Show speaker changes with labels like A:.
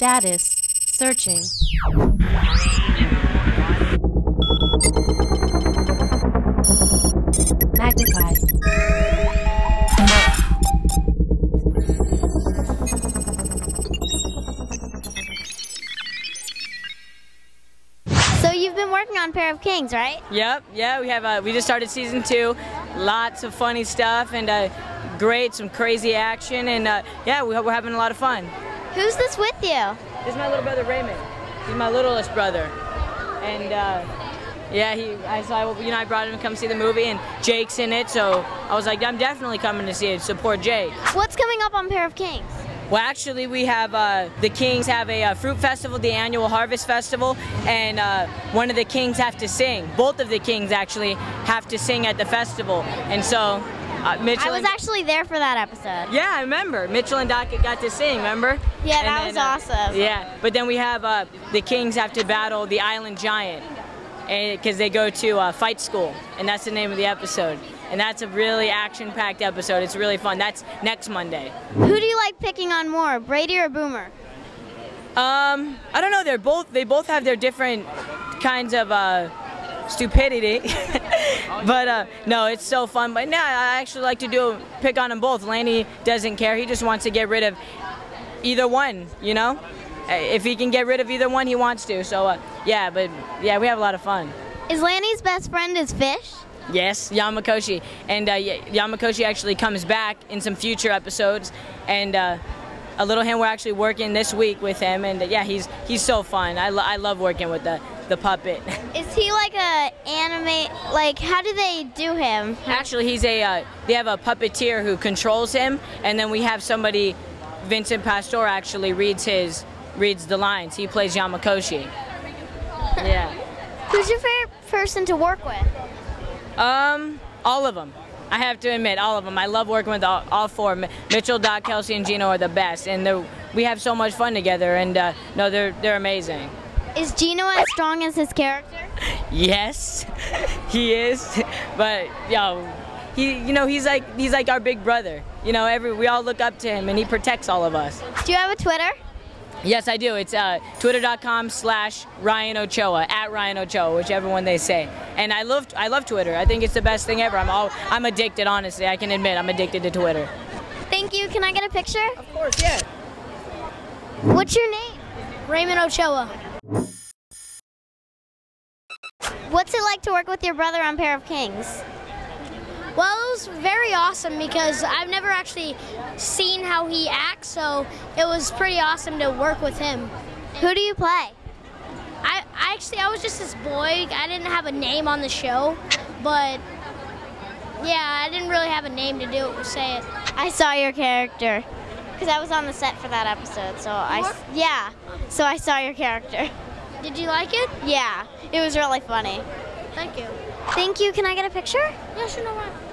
A: Status searching. Magnified.
B: So you've been working on Pair of Kings, right?
C: Yep, yeah, we have. Uh, we just started season two. Lots of funny stuff and uh, great, some crazy action, and uh, yeah, we, we're having a lot of fun.
B: Who's this with you?
C: This is my little brother Raymond. He's my littlest brother, and uh, yeah, he. I saw you know I brought him to come see the movie, and Jake's in it, so I was like, I'm definitely coming to see it. Support Jake.
B: What's coming up on Pair of Kings?
C: Well, actually, we have uh, the Kings have a, uh fruit festival, the annual harvest festival, and uh, one of the Kings have to sing. Both of the Kings actually have to sing at the festival, and so uh, Mitchell.
B: I was
C: and-
B: actually there for that episode.
C: yeah, I remember. Mitchell and Dockett got to sing, remember?
B: Yeah,
C: And
B: that was
C: uh,
B: awesome.
C: Yeah, but then we have uh, the Kings have to battle the Island Giant because they go to uh, fight school, and that's the name of the episode. And that's a really action packed episode. It's really fun. That's next Monday.
B: Who do you like picking on more, Brady or Boomer?
C: Um, I don't know. They're both. They both have their different kinds of uh, stupidity. but uh, no, it's so fun. But no, I actually like to do pick on them both. Lanny doesn't care. He just wants to get rid of either one. You know, Uh, if he can get rid of either one, he wants to. So uh, yeah, but yeah, we have a lot of fun.
B: Is Lanny's best friend is Fish?
C: Yes, Yamakoshi, and uh, Y- Yamakoshi actually comes back in some future episodes, and uh, a little him. We're actually working this week with him, and uh, yeah, he's he's so fun. I, lo- I love working with the the puppet.
B: Is he like a anime? Like, how do they do him?
C: actually, he's a uh, they have a puppeteer who controls him, and then we have somebody, Vincent Pastor actually reads his reads the lines. He plays Yamakoshi. Yeah.
B: Who's your favorite person to work with?
C: Um, all of them. I have to admit, all of them. I love working with all, all four. M- Mitchell, Doc, Kelsey, and Gino are the best, and they're- we have so much fun together. And uh, no, they're they're amazing.
B: Is Gino as strong as his character?
C: Yes, he is. But yo, he you know he's like he's like our big brother. You know, every we all look up to him, and he protects all of us.
B: Do you have a Twitter?
C: Yes, I do. It's uh, twitter.com slash Ryan Ochoa, at Ryan Ochoa, whichever one they say. And I love, I love Twitter. I think it's the best thing ever. I'm, all, I'm addicted, honestly. I can admit I'm addicted to Twitter.
B: Thank you. Can I get a picture?
C: Of course, yeah.
B: What's your name?
D: Raymond Ochoa.
B: What's it like to work with your brother on Pair of Kings?
D: Well, it was very awesome because I've never actually seen how he acts, so it was pretty awesome to work with him.
B: Who do you play?
D: I, I actually, I was just this boy. I didn't have a name on the show, but yeah, I didn't really have a name to do it, say it.
B: I saw your character because I was on the set for that episode. So I, s- yeah, so I saw your character.
D: Did you like it?
B: Yeah, it was really funny.
D: Thank you.
B: Thank you. Can I get a picture?
D: Yeah, sure, no problem.